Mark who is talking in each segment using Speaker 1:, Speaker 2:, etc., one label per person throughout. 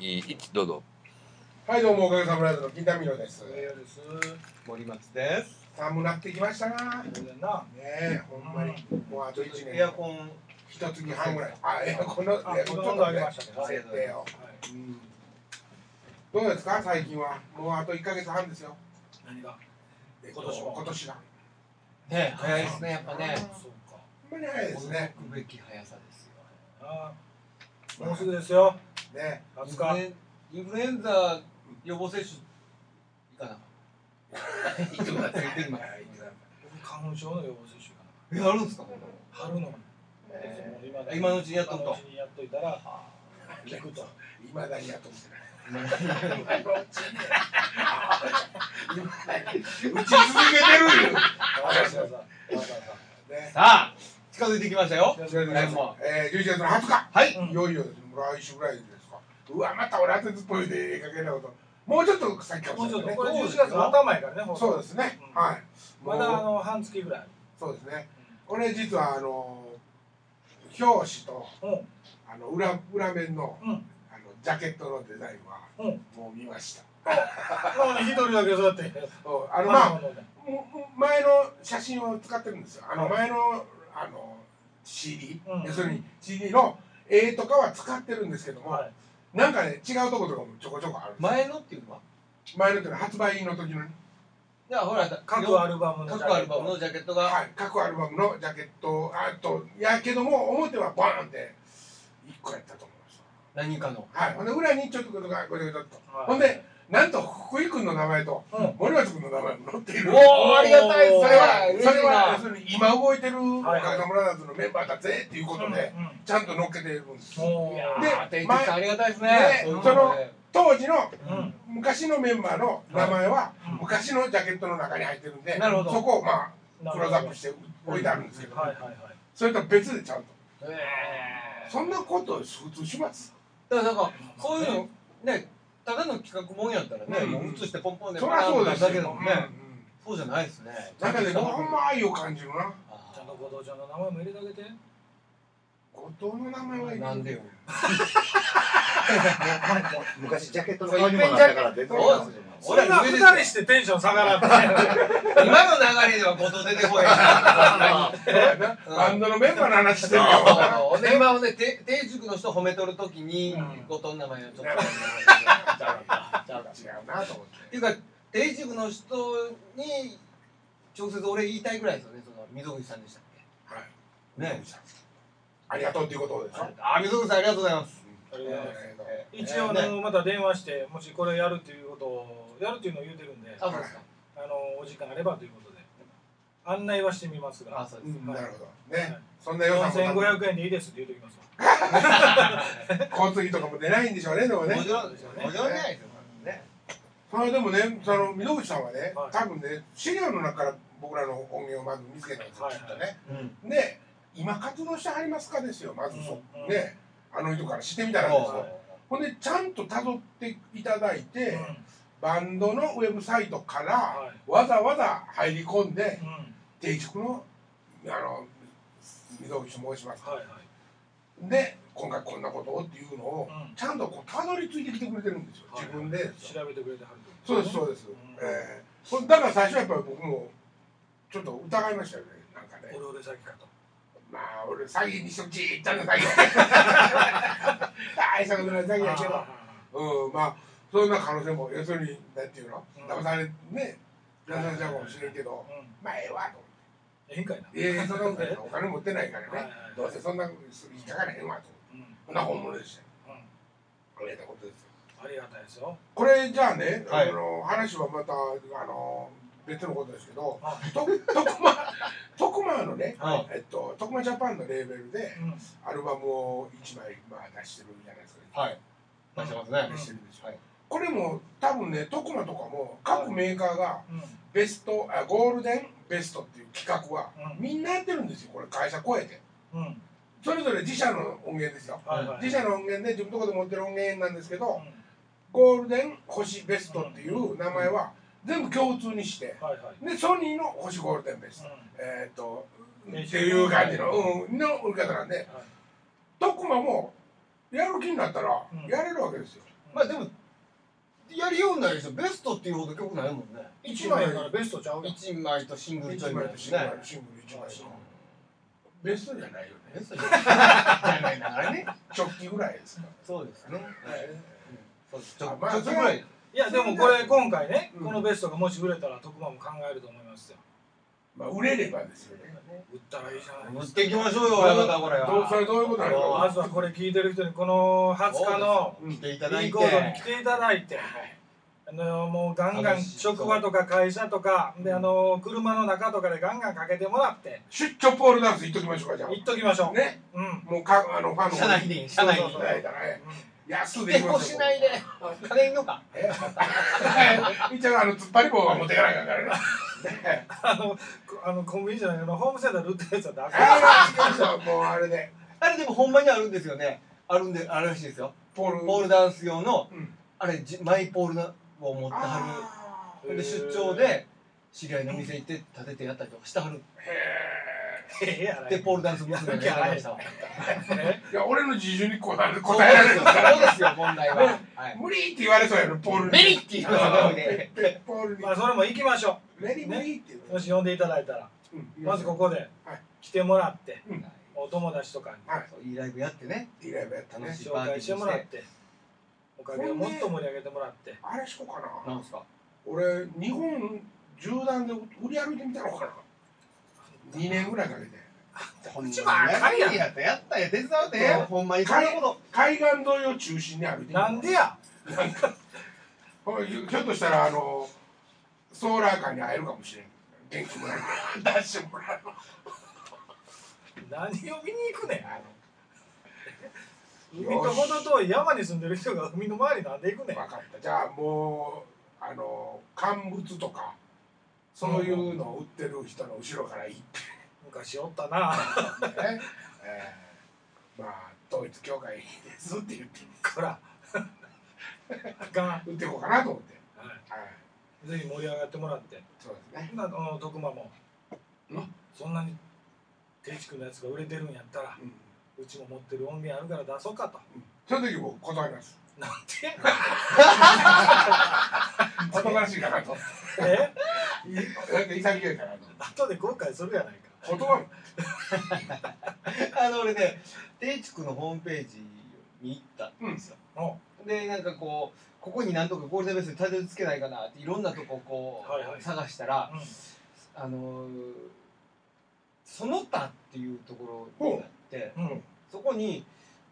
Speaker 1: いいどうぞ。
Speaker 2: はい、どうも、おかげさまでの金田美濃です。
Speaker 3: 栄養です。
Speaker 4: 森松です。
Speaker 2: 寒なってきましたな。ね
Speaker 3: そうだな。
Speaker 2: え、ほんまに。もうあと一年。
Speaker 3: エアコン、
Speaker 2: 一月半ぐらい。あ、エアコンの、エア
Speaker 3: あ、
Speaker 2: コ
Speaker 3: ほ
Speaker 2: ンち
Speaker 3: と
Speaker 2: ょ
Speaker 3: ん
Speaker 2: っと
Speaker 3: ど上げ
Speaker 2: ね
Speaker 3: ましたけど。はい。
Speaker 2: 設定を。うんどうですか、最近は。もうあと一ヶ月半ですよ。
Speaker 3: 何が。
Speaker 2: えっと
Speaker 3: 今年も
Speaker 2: 今年だ。
Speaker 4: ね、早いですね、やっぱね。
Speaker 3: そうか。
Speaker 2: ほんまに早いですね。
Speaker 4: 驚くべき速さですよ。
Speaker 3: あー、もうすぐですよ。
Speaker 2: ね
Speaker 3: 夏か。
Speaker 4: インフルエンインフルエンザ予防接種。いかな。
Speaker 2: え。いつもだって
Speaker 4: 言ってんの
Speaker 2: はいいつもだって
Speaker 3: 僕花粉症の予防接種かな。
Speaker 4: え、あるんですか。
Speaker 3: 春の。
Speaker 2: え
Speaker 3: いつも
Speaker 4: 今のうちにやっとくと
Speaker 3: 今のうちにやっといたら。効くと。
Speaker 2: ーいまだにやっとってない。
Speaker 4: 打ち続けてるよ。
Speaker 3: わざわざ。わざわ
Speaker 2: ね
Speaker 4: さあ、近づいてきましたよ。
Speaker 2: 11月のえー11月の20日。
Speaker 4: はい。
Speaker 3: うん
Speaker 2: いよいよですね来週ぐらいですか。うわ、また俺当てずっぽいでかけないこと。もうちょっと先か
Speaker 3: ざ。も
Speaker 2: も
Speaker 3: う
Speaker 2: し
Speaker 3: ちょ
Speaker 2: れ
Speaker 3: っ
Speaker 2: ない
Speaker 3: と、
Speaker 2: ね。
Speaker 3: これ11月の頭やからね、ほんと
Speaker 2: そうですね。
Speaker 3: うん
Speaker 2: はい。
Speaker 3: まだあの半月ぐらい。
Speaker 2: そうですね。これ実はあの表紙と
Speaker 3: うん。
Speaker 2: あの裏裏面の、
Speaker 3: うん
Speaker 2: あのジャケットのデザインは、
Speaker 3: うん
Speaker 2: もう見ました。
Speaker 3: あ一人だけそうやって。
Speaker 2: そうあのまあ
Speaker 3: 花粉のね
Speaker 2: もも前の写真を使ってるんですよ。あの前のあの CD、
Speaker 3: うん
Speaker 2: 要するに CD の絵とかは使ってるんですけども、
Speaker 3: はい。
Speaker 2: なんかね違うとことかもちょこちょこあるんですよ。
Speaker 4: 前のっていうのは。
Speaker 2: 前のっていうのは発売の時のね、
Speaker 4: じゃあ、ほら、
Speaker 3: 各アルバムのジャケット
Speaker 4: 各アルバムのジャケットが。
Speaker 2: はい、各アルバムのジャケットあとやけども表はバーンって一個やったと思いました。
Speaker 4: 何かの。
Speaker 2: はい、ほんで裏にちょっとことがごちゃごちゃっと、
Speaker 3: はい
Speaker 2: ほんでなんと福井君の名前と
Speaker 3: うん
Speaker 2: 森松君の名前も載っている、
Speaker 4: おーありがたいっすね
Speaker 2: それはそ
Speaker 4: 嬉しいな
Speaker 2: れは要するに今動いてるお
Speaker 3: はい
Speaker 2: かげさまラダーズのメンバーだぜっていうことで
Speaker 3: うんうん
Speaker 2: ちゃんと載っけてるんですよ
Speaker 3: おー
Speaker 4: いや
Speaker 2: で
Speaker 4: ー、ていてつさんありがたいですね
Speaker 2: ね。
Speaker 4: そういうね
Speaker 2: 当時の
Speaker 3: うん
Speaker 2: 昔のメンバーの名前は
Speaker 3: うん
Speaker 2: 昔のジャケットの中に入ってるんで、
Speaker 4: なるほど
Speaker 2: そこをまあ
Speaker 3: な
Speaker 2: ク
Speaker 3: る
Speaker 2: ロ
Speaker 3: ほ
Speaker 2: ー
Speaker 3: ど
Speaker 2: ズアップして置いてあるんですけど、
Speaker 3: はいはいはい。
Speaker 2: それと別でちゃんと
Speaker 4: えー
Speaker 2: そんなこと普通します
Speaker 4: だからなんかそういうのねただの企画もんやったらね、
Speaker 2: うん
Speaker 4: もう映してポンポンで
Speaker 2: そりゃそうです
Speaker 4: だけで
Speaker 2: よ
Speaker 4: も
Speaker 2: うん
Speaker 4: ね、
Speaker 2: うん
Speaker 4: そうじゃないですね
Speaker 2: なんかねほんま愛を感じるな
Speaker 4: あ
Speaker 3: ちゃんと後藤ちゃんの名前も入れてあげて。
Speaker 2: 後藤の名前はい
Speaker 4: ー
Speaker 2: い
Speaker 4: なんでよ
Speaker 5: 昔ジャケットの顔にもなったから出て
Speaker 4: そう
Speaker 3: それが
Speaker 4: 俺
Speaker 3: 二
Speaker 4: 上
Speaker 3: 人
Speaker 4: です
Speaker 3: してテンション下がらんって。
Speaker 4: 今の流れでは後藤出てこいうん
Speaker 2: バンドのメンバーの話してるよ。
Speaker 4: あので今はねて定塾の人褒めとるときに
Speaker 2: うん
Speaker 4: 後藤の名前をちょっと
Speaker 2: 違うなと思っ。
Speaker 4: ってていうか定塾の人に直接俺言いたいぐらいですよねその溝口さんでしたっ
Speaker 2: はい。
Speaker 4: けね
Speaker 2: ありがとうっていうことでしょ。
Speaker 4: あ溝口さんありがとうございます
Speaker 2: えー
Speaker 3: 一応あ
Speaker 4: ね
Speaker 3: のまた電話して、もしこれやるっていうことを、やるっていうのを言うてるんで、あ
Speaker 4: あそうですか
Speaker 3: の、お時間あればということで、案内はしてみます
Speaker 4: あ
Speaker 3: が、
Speaker 4: そう
Speaker 2: う
Speaker 4: です
Speaker 2: んなるほど。ね。そんな予算も
Speaker 3: 4500円でいいですって言うときますわ。
Speaker 2: 交通費とかも出ないんでしょうね、でもね
Speaker 4: も。ちろんですよねもちろんじゃないですよね
Speaker 2: それでもね、その、溝口さんはね
Speaker 3: はい、
Speaker 2: 多分ね、資料の中から僕らの音源をまず見つけたんですよ、
Speaker 3: はい
Speaker 2: きっとね。
Speaker 4: うん
Speaker 2: で、今活動してはりますかですよ、まずそ
Speaker 3: うん。
Speaker 2: ね。あの人からしてみたらですよ。ほんで、ちゃんと辿っていただいて、バンドのウェブサイトから、
Speaker 3: はい
Speaker 2: わざわざ入り込んで
Speaker 3: うん、
Speaker 2: 定塾のあの溝口と申します、
Speaker 3: はいはい。
Speaker 2: で今回こんなことをっていうのを
Speaker 3: うん
Speaker 2: ちゃんとこうたどり着いてきてくれてるんですよ、
Speaker 3: はい
Speaker 2: 自分で
Speaker 3: 調べてくれてはる
Speaker 2: そうですそううです、
Speaker 3: ん
Speaker 2: えーこれだから最初はやっぱり僕もちょっと疑いましたよねなんかね
Speaker 3: 俺俺先かと。
Speaker 2: まあ俺詐欺にしとちっちゃな詐欺 大したことない詐欺やけどうん、まあそんな可能性も要するになんていうの、
Speaker 3: うん
Speaker 2: 騙されね騙されちゃうかもしれんけど、
Speaker 3: うん
Speaker 2: まあええわと思って
Speaker 3: ええんかいな。
Speaker 2: ええそんなことないお金持ってないから
Speaker 3: はいは
Speaker 2: ね
Speaker 3: いはい
Speaker 2: どうせそんなことする引っかからへんわと
Speaker 3: うんうん
Speaker 2: こんな本物でしたよありがたいことですよ
Speaker 3: ありがたいですよ。
Speaker 2: これじゃあね、
Speaker 4: はい
Speaker 2: あの話はまたあの別のことですけど
Speaker 3: は
Speaker 2: と徳間徳間のね、
Speaker 4: はい
Speaker 2: えっと、徳間ジャパンのレーベルで
Speaker 3: うん
Speaker 2: アルバムを1枚、まあ、出してるじゃないですか、
Speaker 4: はい。出してますね。
Speaker 2: 出してるんですよ、
Speaker 4: はい
Speaker 2: これも多分ね徳間とかも各メーカーが
Speaker 3: うん
Speaker 2: ベストあゴールデンベストっていう企画は
Speaker 3: うん
Speaker 2: みんなやってるんですよこれ会社超えて
Speaker 3: うん
Speaker 2: それぞれ自社の音源ですよ
Speaker 3: はいはい
Speaker 2: 自社の音源で自分のとこで持ってる音源なんですけ
Speaker 3: うん
Speaker 2: ど
Speaker 3: はい
Speaker 2: ゴールデン星ベストっていう名前は全部共通にして
Speaker 3: はい。
Speaker 2: でソニーの星ゴールデンベス
Speaker 3: う
Speaker 2: ト、
Speaker 3: ん
Speaker 2: えーっと
Speaker 3: うん
Speaker 2: っていう感じの、うん、の売り方なんで
Speaker 3: はい
Speaker 2: 徳間もやる気になったら
Speaker 3: うん
Speaker 2: やれるわけですよ、
Speaker 3: う
Speaker 4: まあでもやりようないでしょベストっていうほど曲ないもんね
Speaker 3: 一枚やからベストちゃうやん
Speaker 4: 一枚とシングルちょい
Speaker 2: 1
Speaker 4: ぐ
Speaker 2: 枚
Speaker 4: らいだ
Speaker 2: と
Speaker 4: し
Speaker 2: シング
Speaker 4: ね
Speaker 2: ルシングル1枚とベストじゃないよ
Speaker 4: ベ
Speaker 2: ね
Speaker 4: ストじゃないながらね
Speaker 2: 直帰ぐらいですか
Speaker 4: そうです
Speaker 2: ら
Speaker 4: ね
Speaker 2: ね
Speaker 4: そうですちょ
Speaker 2: あ
Speaker 4: っ
Speaker 2: まあ
Speaker 4: とぐらい
Speaker 3: いやでもこれ今回ね、
Speaker 2: うん
Speaker 3: このベストがもし売れたら特番も考えると思いますよ
Speaker 2: まあ売れればですよね
Speaker 3: 売ったらいいじゃない
Speaker 4: 持っていきましょうよ親方これは
Speaker 2: どうそれどういうことなの
Speaker 3: まずはこれ聞いてる人にこの20日の
Speaker 4: 来ていただ
Speaker 3: リ
Speaker 4: いて
Speaker 3: コードに来ていただいて、あのもうガンガン
Speaker 4: 楽しそう
Speaker 3: 職場とか会社とかであの車の中とかでガンガンかけてもらって
Speaker 2: 出張ポールダンス行っときましょうかじゃ
Speaker 3: 行っときましょ
Speaker 2: あ
Speaker 3: う、
Speaker 2: ね
Speaker 3: うん、
Speaker 2: もうかあのファンの
Speaker 4: 社内で社内
Speaker 3: そうそうそう
Speaker 4: で
Speaker 2: だからね安
Speaker 4: 来
Speaker 2: で
Speaker 4: て
Speaker 2: 行きま
Speaker 4: ほ
Speaker 2: し
Speaker 4: し
Speaker 2: ょ
Speaker 4: ないで金いんのか
Speaker 2: う 一応あの突っ張り棒は持っていかないからねね
Speaker 3: あのこあのコンビニじゃないけどホームセンターで売ったやつはダメ
Speaker 2: ああ行きましょうもうあれで
Speaker 4: あれでもほんまにあるんですよねあるんであるらしいですよ
Speaker 2: ポール
Speaker 4: ポールダンス用の
Speaker 2: うん
Speaker 4: あれじマイポールなを持っては
Speaker 2: あ
Speaker 4: るで出張で知り合いの店行って立ててやったりとかしてはる
Speaker 2: ーへ
Speaker 3: ええやら
Speaker 4: でポールダンス娘がやられましたわ
Speaker 3: ね
Speaker 2: えいや俺の自重にこうあの
Speaker 4: そう
Speaker 2: 答えられるから
Speaker 4: ですよ問題は、はい、
Speaker 2: 無理って言われそうやろポールに
Speaker 4: メリって言うの
Speaker 2: あ
Speaker 4: が
Speaker 2: ー
Speaker 4: ね
Speaker 2: ペッポールに
Speaker 3: まあそれも行きましょ
Speaker 2: メリメリって言う
Speaker 3: うもし呼んでいただいたら
Speaker 2: の
Speaker 3: まずここで
Speaker 2: はい
Speaker 3: 来てもらって
Speaker 2: うん
Speaker 3: お友達とかに
Speaker 4: そういいライブやってね
Speaker 2: いいライブやったね
Speaker 4: 楽しい
Speaker 3: 紹介してもらっておかげをもっと盛り上げてもらって
Speaker 2: あれしようかな
Speaker 4: なんですか
Speaker 2: 俺日本縦断で売り歩いてみたろうかな2年ぐらいかけて
Speaker 4: こん
Speaker 3: ちばっかりやん
Speaker 4: やったやったや手伝うでほんまにそんなこと
Speaker 2: 海岸沿いを中心に歩いてみた
Speaker 3: なんでや
Speaker 2: ほらひょっとしたらあのソーラーカーに会えるかもしれん元気もらえるから出してもらえる
Speaker 3: 何を見に行くねん
Speaker 2: あ
Speaker 3: 海とほど遠い山に住んでる人が海の周りなんで行くね
Speaker 2: の
Speaker 3: ん
Speaker 2: 分かったじゃあもうあの乾物とかそういうのを売ってる人の後ろから行って
Speaker 3: 昔おったな
Speaker 2: ね、えーまあ統一教会ですって言って
Speaker 3: からあかん、は
Speaker 2: 打っていこうかなと思ってはい
Speaker 3: い、ぜひ盛り上がってもらって
Speaker 2: そうですね
Speaker 3: なあの徳間も
Speaker 2: うん
Speaker 3: そんなに定地君のやつが売れてるんやったら
Speaker 2: うん
Speaker 3: うちも持ってる音源あるから出そうかと
Speaker 2: その時僕断ります
Speaker 3: なんて
Speaker 2: 男らしいかなと
Speaker 3: え
Speaker 2: いなんか潔いかなと
Speaker 3: 後で後悔するやないか
Speaker 2: 断る
Speaker 4: あの俺ね定地区のホームページに行ったんですよ、
Speaker 3: お
Speaker 4: でなんかこうここに何とかゴールデンベースにたどり着けないかなっていろんなとここう、
Speaker 3: はいはい
Speaker 4: 探したら
Speaker 3: うん
Speaker 4: あのーその他っていうところがあって
Speaker 3: うん
Speaker 4: そこに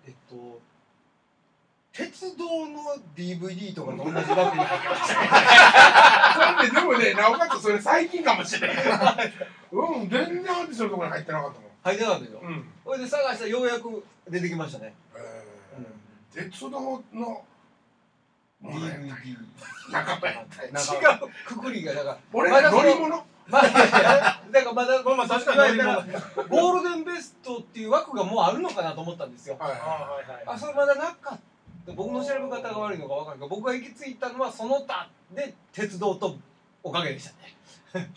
Speaker 4: えっと鉄道の DVD とかと同じ額に入 ってました
Speaker 2: それででもねなおかつそれ最近かもしれないうん全然アンチするところに入ってなかったも
Speaker 4: 入ってなかったけど
Speaker 2: んうん、
Speaker 4: それで探したらようやく出てきましたね、
Speaker 2: え
Speaker 4: うん
Speaker 2: ー、鉄道のもうね
Speaker 4: DVD
Speaker 2: 仲間やったんや
Speaker 4: なんか
Speaker 3: 違
Speaker 4: くくりがだから
Speaker 2: 俺
Speaker 4: ま
Speaker 2: ら
Speaker 4: だその
Speaker 2: 乗り物
Speaker 4: まだ、だからまだ、
Speaker 3: まあまあ確かに
Speaker 4: 言われたらゴールデンベストっていう枠がもうあるのかなと思ったんですよ。
Speaker 2: はい
Speaker 3: あ
Speaker 2: は
Speaker 3: はいはい
Speaker 4: あ、それまだなかった。僕の調べ方が悪いのか分からんけど、僕が行き着いたのはその他で鉄道とおかげでしたね。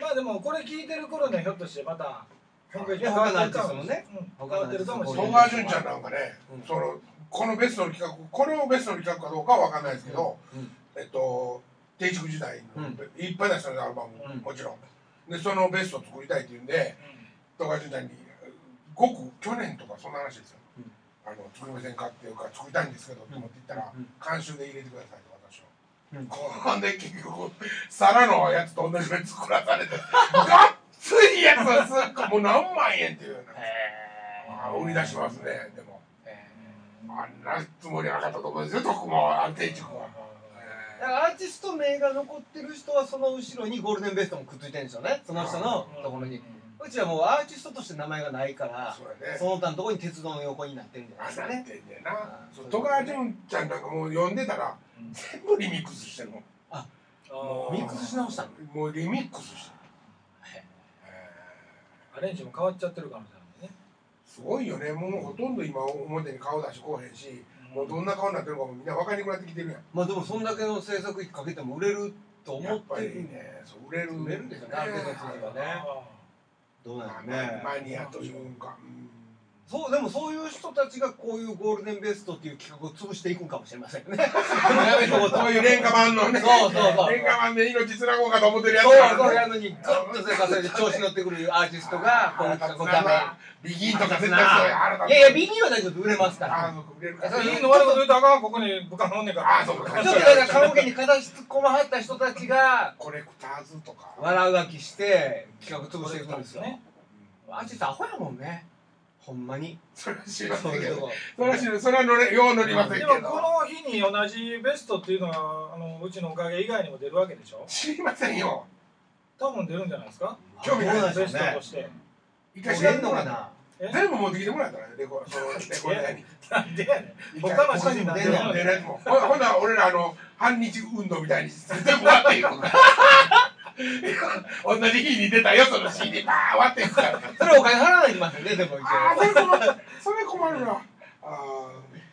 Speaker 3: まあでもこれ聞いてる頃にはひょっとしてまたホームページ
Speaker 4: ね他のアーティストもね
Speaker 3: 変わってるかもし
Speaker 2: い
Speaker 3: れ
Speaker 2: 東
Speaker 3: ない
Speaker 2: 川純ちゃんなんかね、
Speaker 4: うん
Speaker 2: そのこのベストの企画これをベストの企画かどうかは分かんないですけど、
Speaker 4: うん
Speaker 2: えっと定築時代の、
Speaker 4: うん
Speaker 2: いっぱい出したんですアルバム、
Speaker 4: うん
Speaker 2: もちろんでそのベストを作りたいっていうんで東川純ちゃんにごく去年とかそんな話ですよ、
Speaker 4: うん
Speaker 2: あの作りませんかっていうか作りたいんですけどって思って言ったら、
Speaker 4: うん
Speaker 2: 監修で入れてくださいと私を。
Speaker 4: うん
Speaker 2: こんで結局皿のやつと同じやつ作らさ れてがっついやつがすっごいもう何万円っていうようなあー売り出しますねでもあんなつもりはなかったと思うんですよ徳間安定地区は、
Speaker 4: だからアーティスト名が残ってる人はその後ろにゴールデンベストもくっついてるんですよね。その人のところに。うちはもうアーティストとして名前がないから、
Speaker 2: そうやね
Speaker 4: その他のところに鉄道の横になってるんじゃない
Speaker 2: あ
Speaker 4: ですか
Speaker 2: なっ
Speaker 4: ね。
Speaker 2: てんねんなそう戸川純ちゃんなんかもう呼んでたら
Speaker 3: うん
Speaker 2: 全部リミックスしてるもん
Speaker 3: あ
Speaker 4: ミックスし直したの
Speaker 2: もうリミックスして
Speaker 4: へ
Speaker 2: るえ
Speaker 3: ーアレンジも変わっちゃってるかもしれないね
Speaker 2: ーすごいよねもうほとんど今表に顔出してこうへんしもうどんな顔になってるかもみんな分かりにくくなってきてるやん
Speaker 4: まあでもそんだけの制作費かけても売れると思
Speaker 2: やっ
Speaker 4: っ
Speaker 2: ぱ
Speaker 4: て
Speaker 2: り
Speaker 4: るんで
Speaker 2: ねそう売れる
Speaker 4: 売れるんでしょうねある程度の数字はね
Speaker 3: あ
Speaker 4: どう
Speaker 2: まあ
Speaker 4: なんですかね
Speaker 2: マニアというか、うん
Speaker 4: そうでもそういう人たちがこういうゴールデンベストっていう企画を潰していくんかもしれませんね。
Speaker 2: そういう廉価版のね
Speaker 4: そうそうそう
Speaker 2: 廉価版で命つなごうかと思ってるやつ
Speaker 4: そう
Speaker 2: だか
Speaker 4: そう
Speaker 2: ら
Speaker 4: や
Speaker 2: ね
Speaker 4: のにグッと生活されて調子乗ってくるアーティストがこういう企画をダメ。
Speaker 2: ビギンとか絶対そうや腹立つ
Speaker 4: いやいやビギンは大丈夫売れますか
Speaker 2: あ
Speaker 4: ら。
Speaker 2: の売れるか
Speaker 3: い
Speaker 2: ら
Speaker 3: いの悪いこと言うとあかんここに部下のおんねんから
Speaker 2: あそうか
Speaker 4: ちょっとだからカラオケに片足突っ込まはった人たちが
Speaker 2: コレクターズとか
Speaker 4: 笑うがきして企画潰していくんですよ。
Speaker 3: ね
Speaker 4: アーティストアホやもんね。ほんまに。
Speaker 2: それは知りませ
Speaker 4: そう
Speaker 2: け
Speaker 4: んいうと
Speaker 2: ど
Speaker 4: こ。
Speaker 2: それは知りそれは乗れよう乗りませんけ
Speaker 3: で
Speaker 2: ど
Speaker 3: もこの日に同じベストっていうのはあのうちのおかげ以外にも出るわけでしょ
Speaker 2: 知りませんよ
Speaker 3: 多分出るんじゃないですか
Speaker 2: 興味ない
Speaker 4: そ
Speaker 3: ベ
Speaker 4: うで
Speaker 3: ス
Speaker 4: すよ
Speaker 3: ト
Speaker 4: ね
Speaker 3: として
Speaker 2: 一回
Speaker 4: 売
Speaker 2: 調べ
Speaker 4: れ
Speaker 2: て
Speaker 4: んの
Speaker 2: もら
Speaker 4: か
Speaker 2: った
Speaker 4: な。
Speaker 3: え
Speaker 2: 全部持ってきてもらったらねレコそのレコーダーに
Speaker 3: なんでやねん
Speaker 2: 一回
Speaker 3: 他の人にも出る
Speaker 4: 他に
Speaker 3: の
Speaker 4: も
Speaker 2: 出
Speaker 3: 出
Speaker 2: るやつもほほんなら俺らあの反日運動みたいに全部割っていくから同じ日に出たよその CD バー割っていくから
Speaker 4: それお金払わないといけませんね、でも一応。
Speaker 2: ああそれ困るそれ困るなああ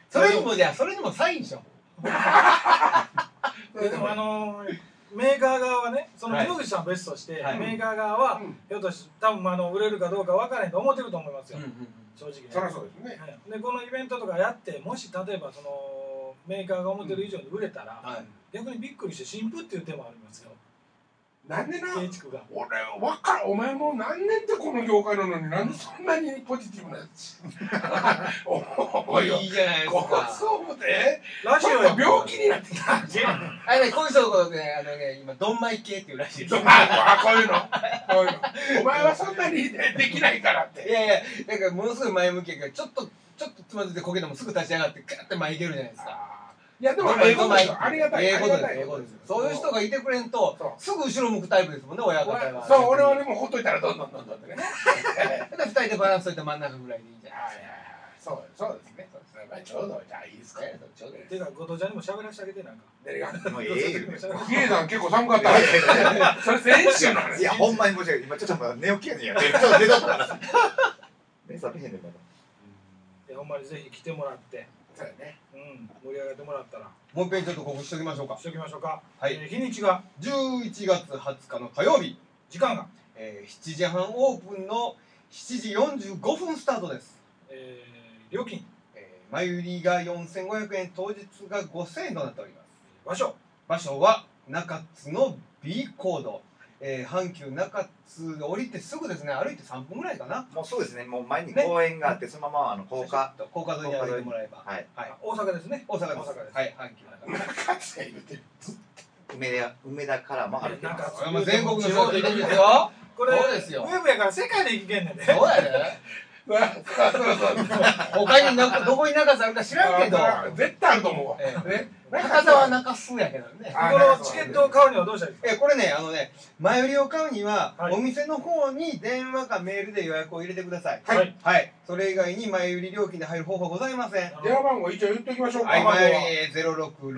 Speaker 4: それにもじゃあ、それにもサインしよ
Speaker 3: でもあのメーカー側はねその
Speaker 4: はい
Speaker 3: 野口さんベストして、
Speaker 4: はい
Speaker 3: メーカー側は、
Speaker 2: うん
Speaker 3: ひょっとし多分あの売れるかどうか分からへんと思ってると思います
Speaker 4: う。
Speaker 3: よ、正直
Speaker 2: そり
Speaker 3: ね
Speaker 2: ゃそうですね
Speaker 3: はいでこのイベントとかやってもし例えばそのメーカーが思ってる以上に売れたら、
Speaker 4: はい。
Speaker 3: 逆にびっくりして新婦っていう手もありますよ
Speaker 2: なんでな
Speaker 3: 建築が
Speaker 2: 俺わからんお前もう何年ってこの業界なのになんでそんなにポジティブなや つ思いよ
Speaker 4: いいじゃないです
Speaker 2: ここ
Speaker 4: か。
Speaker 2: そう思って
Speaker 3: ラ
Speaker 2: ち
Speaker 3: ジ
Speaker 2: ょ
Speaker 3: オ
Speaker 2: っ
Speaker 3: や
Speaker 2: と病気になってきた
Speaker 4: あれね、こういう人のことね、あのね、今、ドンマイ系っていうらしいです。い
Speaker 2: あこういうのこういう のお前はそんなにねできないからって
Speaker 4: やいや、なんかものすごい前向きやから、ちょっと、ちょっとつまずいてこけてもすぐ立ち上がって、ガーって前いけるじゃないですか。
Speaker 2: あーいやでも英語ですよありがたい
Speaker 4: 英語
Speaker 2: あ
Speaker 4: で
Speaker 2: り
Speaker 4: す
Speaker 2: がたい
Speaker 4: 英語です。そういう人がいてくれんと
Speaker 2: そう、
Speaker 4: すぐ後ろ向くタイプですもんね、親方は。
Speaker 2: そう俺はねもうほっといたらどんどんどんどんってねはい
Speaker 4: で、二人でバランスといて真ん中ぐらいでいいんじゃないです
Speaker 2: そ
Speaker 4: か。
Speaker 2: うそうですねそうですねまあちょうどじゃあいいですかねちょうどいいです
Speaker 3: てか後藤ちゃんにも喋らせてあげてなんか
Speaker 2: 誰が
Speaker 5: もうええよ
Speaker 2: 比叡山結構寒かったそれ先週の話
Speaker 5: いやほんまに申し訳ない今ちょっとまだ寝起きやねんやちょっと寝とったから 目覚めへんねんまだ
Speaker 3: いやほんまにぜひ来てもらって、
Speaker 2: そうやね
Speaker 3: うん、盛り上がってもらったら
Speaker 4: もう一遍ちょっと告知しときましょうか
Speaker 3: し。ときましょうか、
Speaker 4: はい
Speaker 3: えー日にちが
Speaker 4: 11月20日の火曜日。
Speaker 3: 時間が、
Speaker 4: えー7時半オープンの7時45分スタートです、
Speaker 3: えー料金
Speaker 4: えー、前売りが4500円当日が5000円となっております
Speaker 3: 場所
Speaker 4: 場所は中津の B コード、えー阪急中津降りてすぐですね歩いて3分ぐらいかな
Speaker 5: もうそうですねもう前に公園があってそのままあの高架
Speaker 4: ちょっと高架沿いに歩いてもらえば
Speaker 5: はい
Speaker 4: はい
Speaker 3: 大阪ですね
Speaker 4: 大阪です
Speaker 3: 大阪です
Speaker 4: はい阪急中津
Speaker 2: 中津が言うてる
Speaker 5: 梅田梅田からも歩けます
Speaker 4: これも全国の
Speaker 3: 地
Speaker 4: 人
Speaker 3: 方
Speaker 4: で
Speaker 3: で
Speaker 4: いいですよ
Speaker 3: これ
Speaker 4: そうですよ
Speaker 3: ウェブやから世界で行けんねんで、
Speaker 4: どうやで
Speaker 2: そうそうそう
Speaker 4: 他になんかどこに中津あるか知らんけど、
Speaker 2: あ絶対あると思うわ
Speaker 4: え ー
Speaker 2: ね
Speaker 4: 中津は中津やけどね
Speaker 2: あ
Speaker 3: このチケットを買うにはどうしたらいいですか
Speaker 4: えこれねあのね前売りを買うには、
Speaker 3: はい
Speaker 4: お店の方に電話かメールで予約を入れてください
Speaker 3: はい
Speaker 4: はいそれ以外に前売り料金で入る方法はございません
Speaker 3: あの
Speaker 2: 電話番号一応言っておきましょうか
Speaker 4: はい
Speaker 2: まずは
Speaker 4: 前売り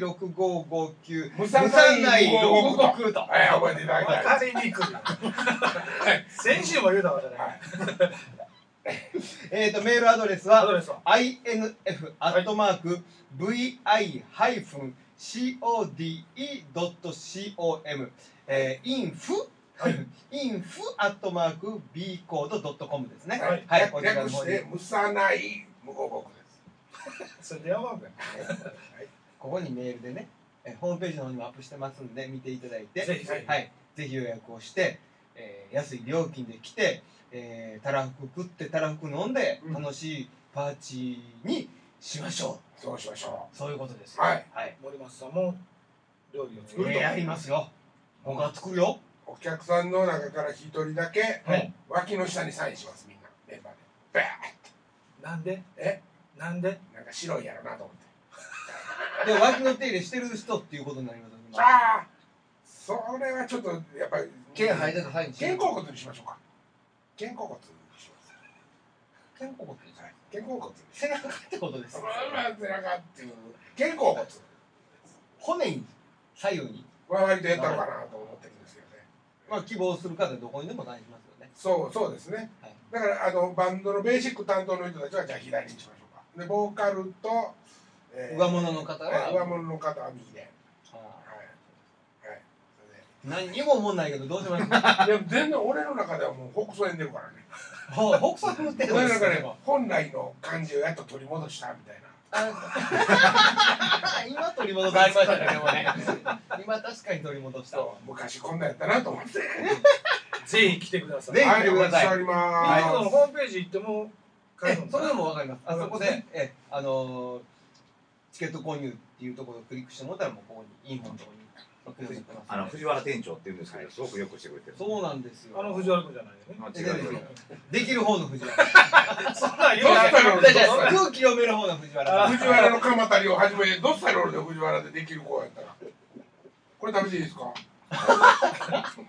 Speaker 2: 無
Speaker 4: 066371655963716559無産内
Speaker 2: 動
Speaker 4: 動
Speaker 2: 国
Speaker 4: 国と
Speaker 2: はい覚えていただきたい
Speaker 3: 分かりにくい先週も言うたわじゃない
Speaker 4: えっ、とメールアドレス
Speaker 3: ア
Speaker 4: は
Speaker 3: ドレスは
Speaker 4: info.vi-code.com、えー、info インフアットマーク B コードドットコムですね。
Speaker 2: はい
Speaker 4: はい、こちらの
Speaker 2: 略
Speaker 4: 方
Speaker 2: し
Speaker 4: に
Speaker 2: て、むさない無報告です。
Speaker 3: それ電話番号や
Speaker 4: ここにメールでね、えーホームページの方にもアップしてますんで、見ていただいて、
Speaker 3: ぜひぜひ
Speaker 4: はい、ぜひ予約をして、えー安い料金で来て、えーたらふく食って、たらふく飲んで
Speaker 2: う、ん
Speaker 4: 楽しいパーチーにしましょ
Speaker 2: そうしましょ
Speaker 4: う。そういうことです。
Speaker 2: う。はい。
Speaker 4: はい。
Speaker 3: 森松さんも料理を
Speaker 4: え
Speaker 3: 作る
Speaker 4: ー、
Speaker 3: と
Speaker 4: やりますよ。僕は作るよ。
Speaker 2: お客さんの中から一人だけ、
Speaker 4: はい
Speaker 2: 脇の下にサインします、みんな。メンバーで。バー
Speaker 3: なんで
Speaker 2: え
Speaker 3: なんで
Speaker 2: ッなんか白いやろなと思って。
Speaker 4: で、脇の手入れしてる人っていうことになりますよね。
Speaker 2: ああそれはちょっと、やっぱり。
Speaker 4: 剣入れた際に
Speaker 2: 肩甲骨にしましょうか。肩甲骨にします。
Speaker 4: 肩甲骨です
Speaker 2: はい肩甲骨にし
Speaker 4: 背中ってことで
Speaker 2: ます
Speaker 4: す。。
Speaker 2: まあ、背中っていう。肩甲骨
Speaker 4: 骨に左右に、
Speaker 2: は割とやったのかなと思ってるんですよね。
Speaker 4: まあ、希望する方どこにでも大事ますよね
Speaker 2: そうそうですね、
Speaker 4: はい
Speaker 2: だからあのバンドのベーシック担当の人たちはじゃあ左にしましょうかでボーカルと、え
Speaker 4: 上物の方は
Speaker 2: えー上物の方は右で、はい
Speaker 4: あ
Speaker 2: はい、それで
Speaker 4: 何にも思んないけどどうしましょう
Speaker 2: いや全然俺の中ではもう北斎演でるからね
Speaker 4: ほう北斎のテーマ
Speaker 2: 俺
Speaker 4: で
Speaker 2: の
Speaker 4: す
Speaker 2: 中
Speaker 4: よ
Speaker 2: で本来の感じをやっと取り戻したみたいな
Speaker 4: あ今取り戻されましたねでもね今確かに取り戻した
Speaker 2: そう昔こんなんやったなと思って
Speaker 3: ぜひ来てください。
Speaker 4: ぜひ
Speaker 2: はい
Speaker 4: 来て
Speaker 2: お
Speaker 4: くだ
Speaker 2: 待ち
Speaker 4: さい
Speaker 2: しており
Speaker 3: ビート
Speaker 2: ま
Speaker 3: のホームページ行っても買える
Speaker 4: え
Speaker 3: の
Speaker 4: それ
Speaker 3: か
Speaker 4: で
Speaker 3: な
Speaker 4: も分かりますあそこでえあのーチケット購入っていうところをクリックしてもらったらもうここにインフォのところにクリックしてます
Speaker 5: あの藤原店長って言うんですけど、すごくよくしてくれてる。
Speaker 4: そうなんですよ
Speaker 3: あの藤原君じゃないよね。
Speaker 5: まあ違うよね
Speaker 4: できる方の藤 原
Speaker 3: そんなん言う
Speaker 2: どうした
Speaker 3: な
Speaker 2: の
Speaker 3: よ。
Speaker 4: じゃあ空気読める方の藤原
Speaker 2: す藤原の鎌足りをはじめどっさり俺で藤原でできる子やったらこれ食べていいですか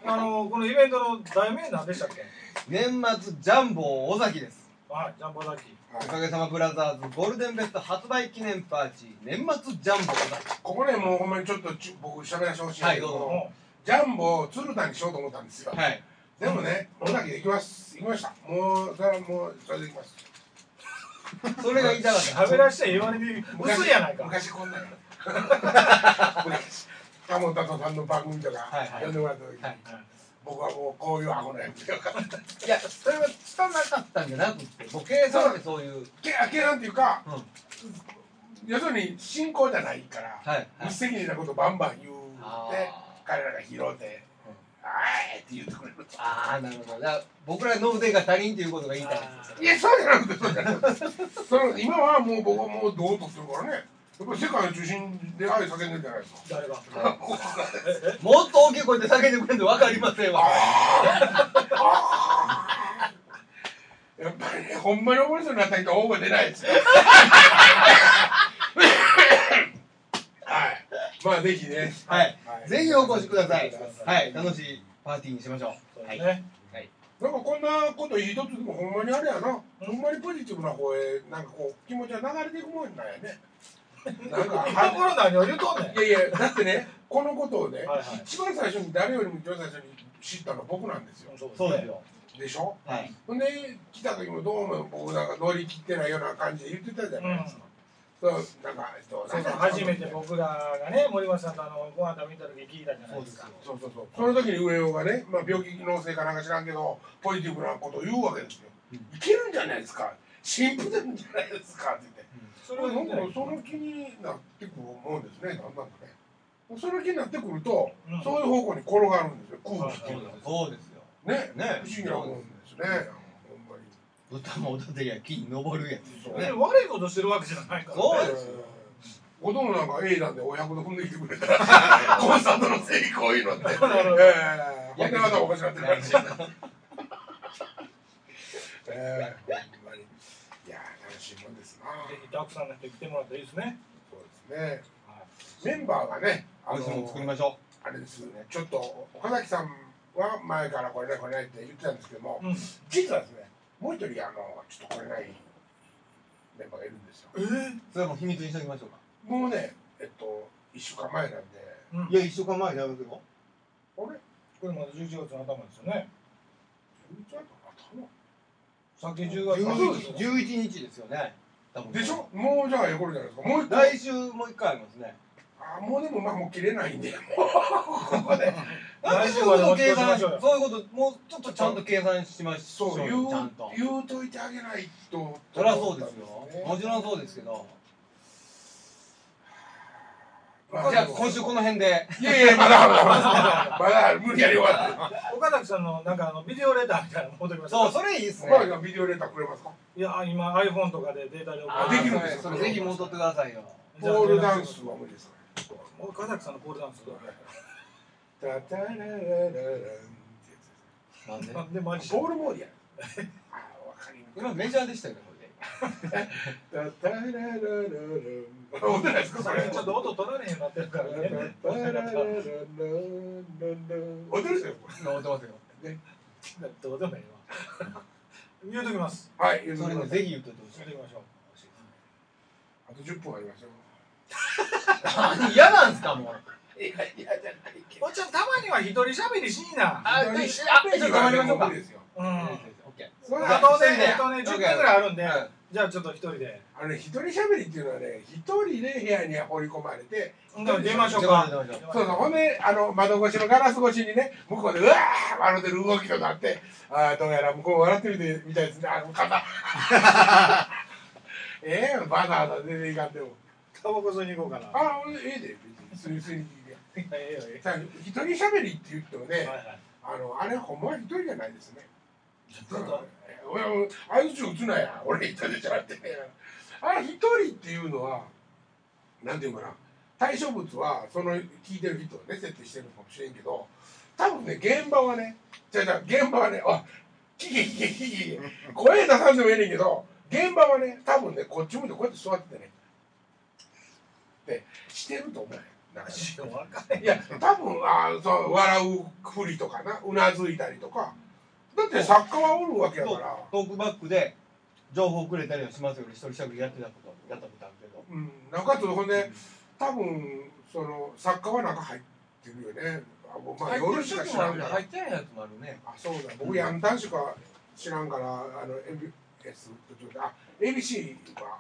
Speaker 3: あのこのイベントの題名何でしたっけ？
Speaker 4: 年末ジャンボ尾崎です
Speaker 3: はい、ジャンボザキ。
Speaker 2: はい
Speaker 4: おかげさまブラザーズゴールデンベスト発売記念パーチ年末ジャンボ尾崎
Speaker 2: ここねもうほんまにちょっとち僕喋らせてほしいんだけど,、
Speaker 4: はいどう
Speaker 3: も
Speaker 2: ジャンボを鶴田にしようと思ったんですよ、
Speaker 4: はい
Speaker 2: でもね尾崎で行きます行きましたもうそれはもうそれで行きます
Speaker 4: それが言いたかっ
Speaker 3: う
Speaker 4: た
Speaker 3: 喋らして言われて薄いやないか。
Speaker 2: 昔こんなんや 昔田本田さんの番組とか
Speaker 4: はいはい
Speaker 2: 呼んでもらった時、
Speaker 4: はい
Speaker 2: 僕はもうこういうアホなやつが
Speaker 4: いやそれは拙なかったんじゃなくてボケさんってそういう
Speaker 2: けあけなんていうか、
Speaker 4: うん
Speaker 2: 要するに信仰じゃないから、
Speaker 4: はいは
Speaker 2: 無
Speaker 4: い
Speaker 2: 責任なことバンバン言うて
Speaker 4: あー
Speaker 2: 彼らが拾うて「あーい!」って言ってくれる
Speaker 4: あーなるほどだから僕らの腕が足りんっていうことが言いたいんですよ
Speaker 2: いやそうじゃなくてそうじゃなくてその今はもう僕はもうどうとするからねやっぱり世界の中心で愛叫んでるんじゃないですか
Speaker 3: 誰が？
Speaker 4: もっと大きい声で叫んでくれるの分かりませんわ
Speaker 2: やっぱりねほんまに覚えそうになった人大声出ないです よはいまあぜひね
Speaker 4: はい
Speaker 2: はい
Speaker 4: ぜひお越しくださ
Speaker 3: お
Speaker 4: い
Speaker 3: 越しください
Speaker 4: はい楽しいパーティーにしましょう
Speaker 3: そうですね。
Speaker 2: なんかこんなこと一つでもほんまにあれやな、ほんまにポジティブな方へなんかこう気持ちが流れていくもんなんやねなんか
Speaker 3: 今頃何を言うとんねん。
Speaker 2: いやいやだってねこのことをね、
Speaker 3: はいはい
Speaker 2: 一番最初に誰よりも一番最初に知ったのは僕なんですよ
Speaker 4: そうです。よ
Speaker 2: でしょ
Speaker 4: はい
Speaker 2: ほんで来た時もどうも僕なんか乗り切ってないような感じで言ってたじゃないですか、そうなんかえっと
Speaker 3: そうそう
Speaker 2: なんか
Speaker 3: 初めて僕らがね森松さんとあのご飯食べに行った時聞いたじゃないですか。
Speaker 2: そうそうそうその時に上尾がね、まあ、病気のせいかなんか知らんけどポジティブなことを言うわけですよ、
Speaker 4: うん
Speaker 2: いけるんじゃないですか神父でもじゃないですかって言って
Speaker 3: それ
Speaker 2: こ
Speaker 3: を
Speaker 2: れな
Speaker 3: 言っ
Speaker 2: ん
Speaker 3: て
Speaker 2: か
Speaker 3: ない。
Speaker 2: その気になってくるもんですねだんだんとねその気になってくると、
Speaker 3: うん
Speaker 2: そういう方向に転がるんですよ空気っていうのは
Speaker 4: そうですよ
Speaker 2: ね
Speaker 4: ね
Speaker 2: 不思議なもんですねほんまに
Speaker 4: 歌も踊ってりゃ木に登るやつ
Speaker 2: そう
Speaker 3: 別
Speaker 2: ね
Speaker 3: に悪いことしてるわけじゃないから。
Speaker 4: そうです
Speaker 2: 子供なんか A なんでお百度踏んできてくれたらコンサートのせいにこういうのってええほんでまたおかしなって るらしいええほんまにいやー楽しいもんですな
Speaker 3: ぜひたくさんの人来てもらったらいいですね。
Speaker 2: そうですねメンバーがねあ
Speaker 4: 美
Speaker 2: の
Speaker 4: 味しいもん作りましょ
Speaker 2: あれですよねちょっと岡崎さんは前からこれねこれねって言ってたんですけども
Speaker 3: うん。
Speaker 2: 実はですねもう一人あのちょっとこれないメンバーがいるんですよ
Speaker 4: うそれはもう秘密にしておきましょうか
Speaker 2: もうねえっと1週間前なんで
Speaker 3: うん
Speaker 4: い。や一週間前だよ
Speaker 2: あれ
Speaker 3: これまだ11月の頭ですよね。
Speaker 2: 11月の
Speaker 3: さっき10月の
Speaker 4: 11 11日ですよね多分
Speaker 2: 頭でしょもうじゃあええ頃じゃないですかもう一個
Speaker 4: 来週もう一回ありますね
Speaker 2: あーもうでもまあもう切れない んでもうここで
Speaker 4: なんで
Speaker 3: 来週
Speaker 4: そう
Speaker 3: ま
Speaker 4: いう
Speaker 3: で
Speaker 4: こと
Speaker 3: 持ち越し
Speaker 4: 計
Speaker 3: ま
Speaker 4: 算
Speaker 3: しょうよ
Speaker 4: そういうこともうちょっとちゃんと計算しましょ
Speaker 2: そう
Speaker 4: う
Speaker 2: 言う
Speaker 4: よちゃんと
Speaker 2: 言うといてあげないと
Speaker 4: そりゃそうですよもちろん
Speaker 2: そ
Speaker 4: そうですけど
Speaker 2: うまあ
Speaker 4: じゃあ今週この辺で
Speaker 2: いやいやまだまだま だまだ無理やり終わった
Speaker 3: 岡崎さんのなんかあのビデオレターみたいなの持ってきました。
Speaker 4: そうそれいいですね
Speaker 2: 岡崎さんビデオレターくれますか
Speaker 3: いや今 iPhone とかでデータで送
Speaker 2: あ
Speaker 4: あ
Speaker 2: で
Speaker 4: ー
Speaker 2: きるん
Speaker 4: そ
Speaker 2: で
Speaker 4: れ
Speaker 2: すか
Speaker 4: それぜひ戻ってくださいよ
Speaker 2: ポールダンスは無理ですか
Speaker 3: 岡崎さんのポールダンス
Speaker 2: タタラララランってやつです
Speaker 4: なんで
Speaker 3: なんでマジで
Speaker 2: ボールボーイや。あー、わかりにくい。
Speaker 4: 今メジャーでしたよねこれで
Speaker 2: タタララララン。踊ってないですか、そ
Speaker 3: 最
Speaker 2: れ。
Speaker 3: 近ちょっと音取られへんようになってるからね
Speaker 2: タタララララララン踊るですよ、こ
Speaker 4: 今踊ってますよ
Speaker 3: どうでもいいわ言うときます
Speaker 2: れ。はい、
Speaker 4: それねぜひ言っといてほし
Speaker 3: 言うときましょう
Speaker 2: あと10分ありますよ。
Speaker 4: い嫌なんすかもう
Speaker 2: いや、いや、じゃないけ
Speaker 3: おっちゃんたまには一人喋りしいな
Speaker 4: あ
Speaker 2: 一人
Speaker 4: で
Speaker 2: し
Speaker 4: あちょっと頑張りましょうか
Speaker 2: ですよ。
Speaker 3: うん
Speaker 4: うん
Speaker 3: あ
Speaker 4: オッケー
Speaker 2: それ
Speaker 3: のねえっとね10分ぐらいあるんで
Speaker 4: うん
Speaker 3: じゃあちょっと一人で
Speaker 2: あのね、一人喋りっていうのはね、一人で部屋に放り込まれて、
Speaker 3: ほんで出ましょうか
Speaker 4: 出ましょう出
Speaker 2: そうそう、ほんで、あの、窓越しのガラス越しにね、向こうで、うわー笑ってる動きとなって、あーどうやら向こう笑ってるでみたいですね。あ、肩。 ええバナーだ、全然いかんでも。
Speaker 3: タバコ吸いに行こうかな
Speaker 2: あ、俺、ええで、別に、すりすり
Speaker 3: ええよえ
Speaker 2: さあ一人喋りって言っても
Speaker 3: えよ
Speaker 2: ね、
Speaker 3: はいはい
Speaker 2: あの、あれ、ほんまは一人じゃないですね。
Speaker 3: ちょっと
Speaker 2: 俺は相槌打つなや俺一人じゃなくてあれ一人っていうのはなんていうかな対象物はその聞いてる人をね設定してるかもしれんけど多分ね現場はねじゃじゃ現場はねあキキキキキキ声出さんでもええねんけど現場はね多分ねこっち向いてこうやって座っててねでしてると思うねんなんかね
Speaker 3: 分かんない
Speaker 2: いや多分あそう笑うふりとかなうなずいたりとかだって作家はおるわけやから。
Speaker 4: トークバックで情報くれたりはしますよね一人喋りやってたことやったことあるけど
Speaker 2: うん、なんかちょっとほんで、多分その作家はなんか入ってるよね。あもうまあ夜しか知らんから。
Speaker 4: 入ってないやつもあるね
Speaker 2: あそうだ。僕ヤンタンしか知らんからあの ABS あ ABC は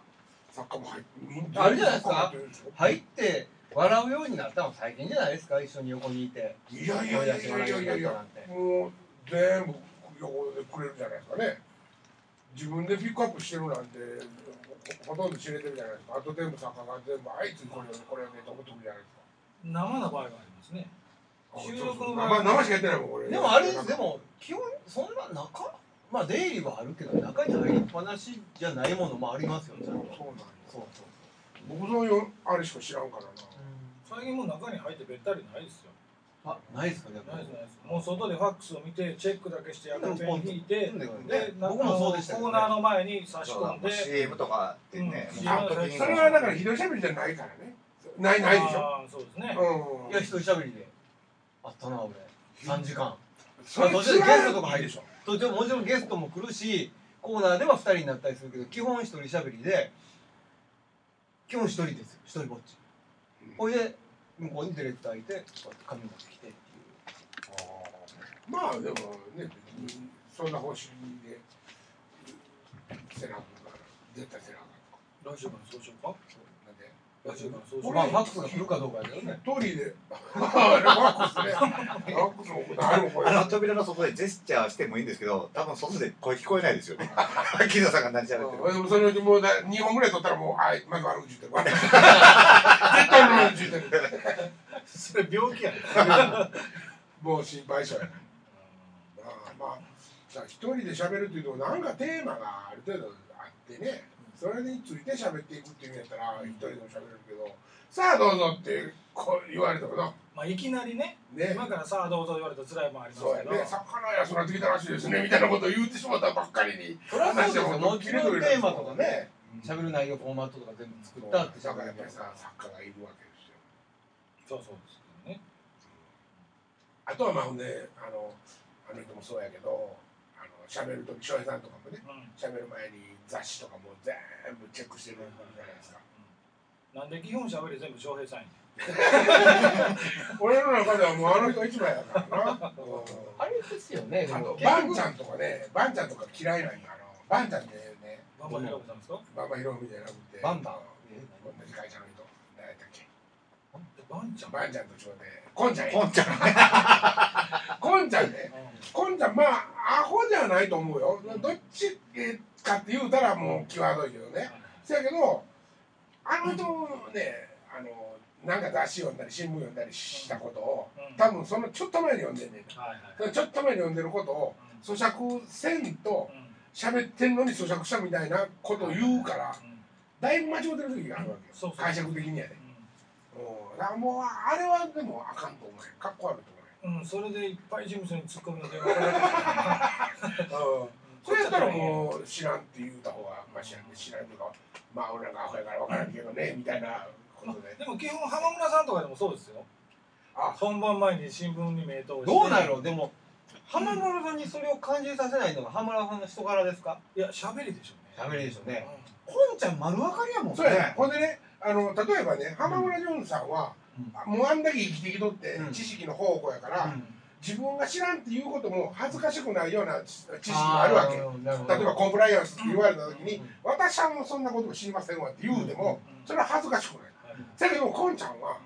Speaker 2: 作家も入って
Speaker 4: あれじゃないですか。入って笑うようになったの最近じゃないですか一緒に横にいて
Speaker 2: いやいやいやいやいやいやいや。もう全部横でくれるじゃないですかね。自分でピックアップしてるなんてほほとんど知れてるじゃないですか。あと全部作家が全部あいつこれこれねと思ってるじゃないですか。
Speaker 3: 生の場合がありますね収録の場合
Speaker 2: まあ生しかやってないもん俺
Speaker 4: でもあれですでも基本そんな中まあ出入りはあるけど中に入りっぱなしじゃないものもありますよちゃ
Speaker 2: そうんなん
Speaker 4: と
Speaker 2: や
Speaker 4: そうそう
Speaker 2: 僕そういうあれしか知らんからな
Speaker 3: 最近もう中に入ってべったりないですよ
Speaker 4: あないですか逆
Speaker 3: ない
Speaker 4: に
Speaker 3: ですないですもう外でファックスを見てチェックだけしてやるペン引いて
Speaker 4: なんでこれね
Speaker 3: でなん
Speaker 4: 僕
Speaker 3: か
Speaker 4: もそうでしたけ
Speaker 3: コ
Speaker 4: ど
Speaker 3: ー
Speaker 4: ね
Speaker 3: ナーの前に差し
Speaker 5: そうだ
Speaker 3: 込ん
Speaker 5: もう
Speaker 3: で
Speaker 5: CM とかってね、
Speaker 3: うん
Speaker 5: もう完璧に
Speaker 2: それはだからひどいしゃべりじゃないからねないないでしょ
Speaker 3: あーそうですね
Speaker 2: うん
Speaker 4: いや一人喋りであったな俺3時間
Speaker 2: それ
Speaker 4: 途中でゲストとか入る
Speaker 2: 違う
Speaker 4: とでももちろんゲストも来るしコーナーでは2人になったりするけど基本一人しゃべりで基本一人ですよ一人ぼっちほいで向こうにディレクターいてこうやって紙持ってきてっていう
Speaker 2: まあでもね別にそんな方針でせなあかんから絶対せなあかんとか
Speaker 3: 来週からそうしようか
Speaker 2: なんで
Speaker 3: 来週からそうしよう
Speaker 4: まあ
Speaker 3: か
Speaker 4: ファックスが来るかどうかやけどね
Speaker 2: 一人であれワックスねワックスも何もこれ
Speaker 5: あの扉の外でジェスチャーしてもいいんですけど、多分外で声聞こえないですよね。 木田さんが何喋ってる
Speaker 2: うんでもそのうちもうだ2本ぐらい取ったらもう、はい、まず悪口言ってる。悪口絶対悪口言ってる。
Speaker 3: それ病気やね
Speaker 2: もう心配性やな。あまあ、さ一人で喋るっていうと、なんかテーマがある程度あってね、それについて喋っていくっていうんやったら、一人でも喋れるけど、さあどうぞってこう言われてもな、
Speaker 3: まあいきなりね
Speaker 2: ね、
Speaker 3: 今からさあどうぞ言われたら辛いもんあります
Speaker 2: そうや
Speaker 3: けど
Speaker 2: ね、魚屋育ってきたらしいですね、みたいなことを言ってしまったばっかりに。
Speaker 4: それはそうですよもちろんテーマとかね
Speaker 2: うん
Speaker 4: 喋る内容フォーマットとか全部作った
Speaker 2: だ
Speaker 4: っ
Speaker 2: ってて
Speaker 4: しゃ
Speaker 2: さ
Speaker 4: べ
Speaker 2: や
Speaker 4: る
Speaker 2: っぱりさ作家がいるわけですよ
Speaker 3: そうそうですけどね
Speaker 2: あとはまあほんであのあの人もそうやけどあの喋る時翔平さんとかもね
Speaker 3: うん
Speaker 2: 喋る前に雑誌とかも全部チェックしてるじゃないですか
Speaker 3: なんで基本しゃべり全部翔平さんやね
Speaker 2: 俺の中ではもうあの人一枚だからな、う
Speaker 4: あれですよねで
Speaker 2: ん、あ
Speaker 4: も
Speaker 2: の
Speaker 4: 結
Speaker 2: バン
Speaker 4: 局
Speaker 2: ちゃんとかねバンちゃんとか嫌いなんやあのバンちゃんってね
Speaker 3: バンバン選ぶさんですか
Speaker 2: バンバンヒロミじゃなくて
Speaker 4: バンバン
Speaker 2: 同じ会社の人誰だっけ
Speaker 3: バンちゃん
Speaker 2: バンちゃんと違ってコンちゃんや
Speaker 5: ポンちゃん。
Speaker 2: コンちゃんねこんじゃまあアホじゃないと思うよどっちかって言うたらもう際どいけどねせやけどあの人ねあのなんか雑誌読んだり新聞読んだりしたことを
Speaker 3: うん
Speaker 2: 多分そのちょっと前に読んでんねん
Speaker 3: はいはい
Speaker 2: そのちょっと前に読んでることを咀嚼せんと
Speaker 3: うんうん
Speaker 2: 喋ってんのに咀嚼したみたいなことを言うから
Speaker 3: うん
Speaker 2: だいぶ間違ってる時があるわけよ
Speaker 3: そうそう
Speaker 2: 解釈的にはね
Speaker 3: うん
Speaker 2: うんだからもうあれはでもあかんと思うよかっこ悪いと思うよ
Speaker 3: うん、それでいっぱい事務所に突っ込みの電話がかかって
Speaker 2: それやったらもう知らんって言うた方がましやんね知らんとかまあ俺なんかアホやから分からんけどねみたいなことで
Speaker 3: でも基本浜村さんとかでもそうですよ
Speaker 2: あ
Speaker 3: 本番前に新聞に目通して
Speaker 4: どうなんやろうでも浜村さんにそれを感じさせないのが浜村さんの人柄ですか
Speaker 3: いや喋りでしょうね
Speaker 4: 喋りでしょうね
Speaker 3: う
Speaker 4: こんちゃん丸分かりやもん
Speaker 2: そうやねほんでねあの例えばね浜村ジョンさんは
Speaker 4: うん
Speaker 2: あもうあんだけ生きてきとって
Speaker 4: うん
Speaker 2: 知識の宝庫やから
Speaker 4: うん
Speaker 2: 自分が知らんっていうことも恥ずかしくないような知識があるわけ例えばコンプライアンスって言われた時に、
Speaker 4: うん
Speaker 2: 私はもうそんなことも知りませんわって言うても、それは恥ずかしくないだけどこんちゃんは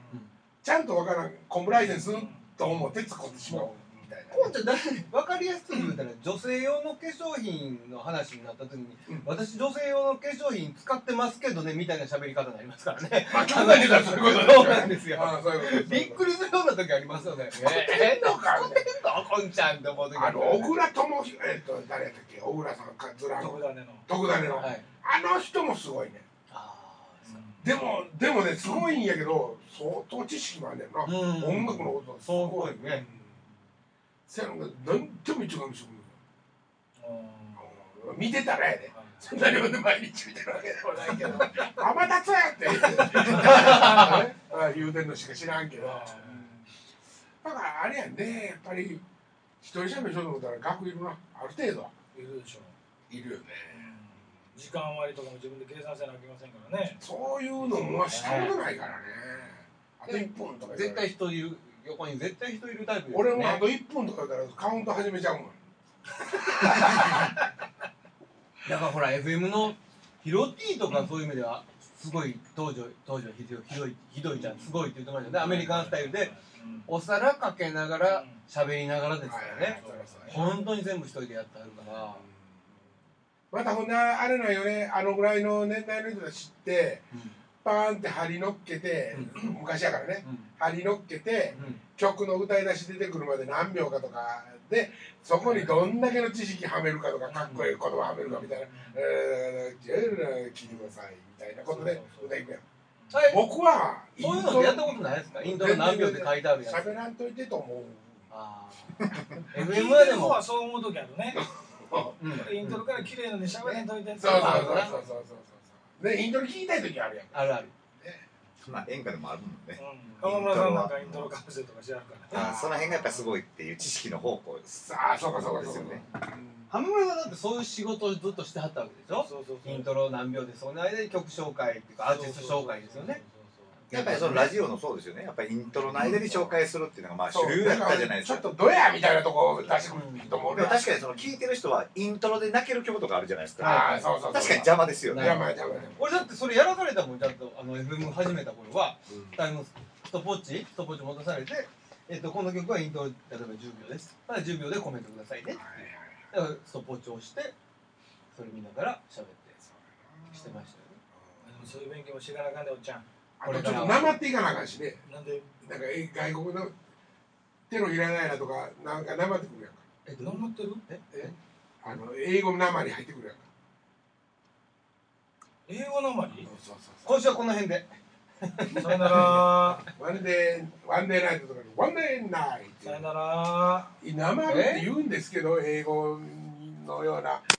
Speaker 2: ちゃんとわからんコンプライアンスと思って作ってしまうみたい
Speaker 4: こうちゃんだ分かりやすく言うたら女性用の化粧品の話になった時に、
Speaker 2: うん
Speaker 4: 私女性用の化粧品使ってますけどねみたいな喋り方になりますからね
Speaker 2: なまあ考えてたらそういうこと
Speaker 4: そうなんですよ
Speaker 2: ああそういうこと
Speaker 4: びっくりするような時ありますよね
Speaker 2: えのか
Speaker 4: 使ってんのこんちゃんって思う時
Speaker 2: あの
Speaker 4: り
Speaker 2: 小倉智弘えっと誰やったっけ小倉さんかずら
Speaker 3: 特
Speaker 2: の
Speaker 3: ダネの
Speaker 2: 徳田の、
Speaker 4: ますはい
Speaker 2: あの人もすごいね
Speaker 4: あーそう
Speaker 2: でもでもねすごいんやけど相当知識もあんねんな、
Speaker 4: うん
Speaker 2: 音楽のことすごい
Speaker 4: そうね
Speaker 2: せやのが何でも一番見せてくれる見てたらやでそんな量で毎日見てるわけでもないけど「ママ立つ!」って言うてんのしか知らんけどだからあれやんねやっぱり一人喋りしようと思ったら学いるなある程度
Speaker 3: いるでしょ
Speaker 2: いるよね
Speaker 3: 時間割とかも自分で計算せなきゃいけませんからね
Speaker 2: そういうのもしたことないからねあと1分とか言
Speaker 4: 絶
Speaker 2: われ
Speaker 4: 対
Speaker 2: て
Speaker 4: 人いる横に絶対人いるタイプですよね
Speaker 2: 俺もあと1分とか言ったらカウント始めちゃうもん
Speaker 4: だからほら FM のヒロティとかそういう意味ではすごい当時当時はひどいひどいひどいじゃんすごいって言ってましたよねアメリカンスタイルでお皿かけながら喋りながらですからね本当に全部一人でやってあるから
Speaker 2: またほんなあれなんよねあのぐらいの年代の人たちってパーンって張りのっけて、昔やからね張りのっけて曲の歌い出し出てくるまで何秒かとかでそこにどんだけの知識はめるかとかかっこいい言葉はめるかみたいな「えー、ジェルラー聞いてください」みたいなことで歌いくやん
Speaker 4: はい
Speaker 2: 僕は
Speaker 4: そういうのってやったことないですかイントロ何秒って書いてあるやつ
Speaker 2: 喋らんといてと思う
Speaker 4: ああ
Speaker 3: 聞いて
Speaker 4: FM はで
Speaker 3: る方
Speaker 4: も
Speaker 3: はそう思う時あるねイントロから綺麗なね喋れんといて
Speaker 2: そうそうそう
Speaker 4: あるな
Speaker 2: そうそうそうそうでイントロ聞きたい時あるやん
Speaker 4: あるある
Speaker 5: まあ演歌でもあるもんね
Speaker 3: うん河村さんなんかイントロかぶせとかしやるから
Speaker 5: あーその辺がやっぱすごいっていう知識の方向です
Speaker 2: ああそうかそうかそうか
Speaker 5: ですよね
Speaker 4: 浜村はだってそういう仕事をずっとしてはったわけでしょ
Speaker 3: そうそうそう
Speaker 4: イントロ何秒でその間に曲紹介っていうかアーティスト紹介ですよね
Speaker 5: やっぱりそのラジオのそうですよねやっぱりイントロの間に紹介するっていうのがまあ主流だったじゃないですか
Speaker 2: ちょっとドヤみたいなとこ出してくる人もお
Speaker 5: で
Speaker 2: る
Speaker 5: も
Speaker 2: やん
Speaker 5: 確かにその聞いてる人はイントロで泣ける曲とかあるじゃないですか
Speaker 2: ああそうそうそう
Speaker 5: 確かに邪魔ですよ
Speaker 2: 邪
Speaker 5: ね
Speaker 2: 魔邪魔邪
Speaker 4: 俺だってそれやらされたもんちゃんとあの FM 始めた頃は、
Speaker 2: うん
Speaker 4: タイムストポッチストポッチ戻されて、えっと、この曲はイントロ例えば10秒ですただ10秒でコメントくださいね
Speaker 2: 魔はいはい
Speaker 4: だからストポッチを押してそれ見ながら喋ってしてましたよね
Speaker 3: そういう勉強もしていかなあかんでおっちゃん
Speaker 2: あとちょっとなまっていかなあかんしね
Speaker 3: なんで
Speaker 2: なんかえ外国の手のひらないなとかなんかなまってくるやんか
Speaker 4: えどう
Speaker 3: 何持ってる
Speaker 4: ええ
Speaker 2: えあの英語のなまり入ってくるやんか
Speaker 3: 英語のまり
Speaker 2: そうそう
Speaker 4: 今週はこの辺で
Speaker 3: さよなら
Speaker 2: ワンデーワンデーナイトとかでワンデーナイ
Speaker 3: さよなら
Speaker 2: トなまりって言うんですけど英語のような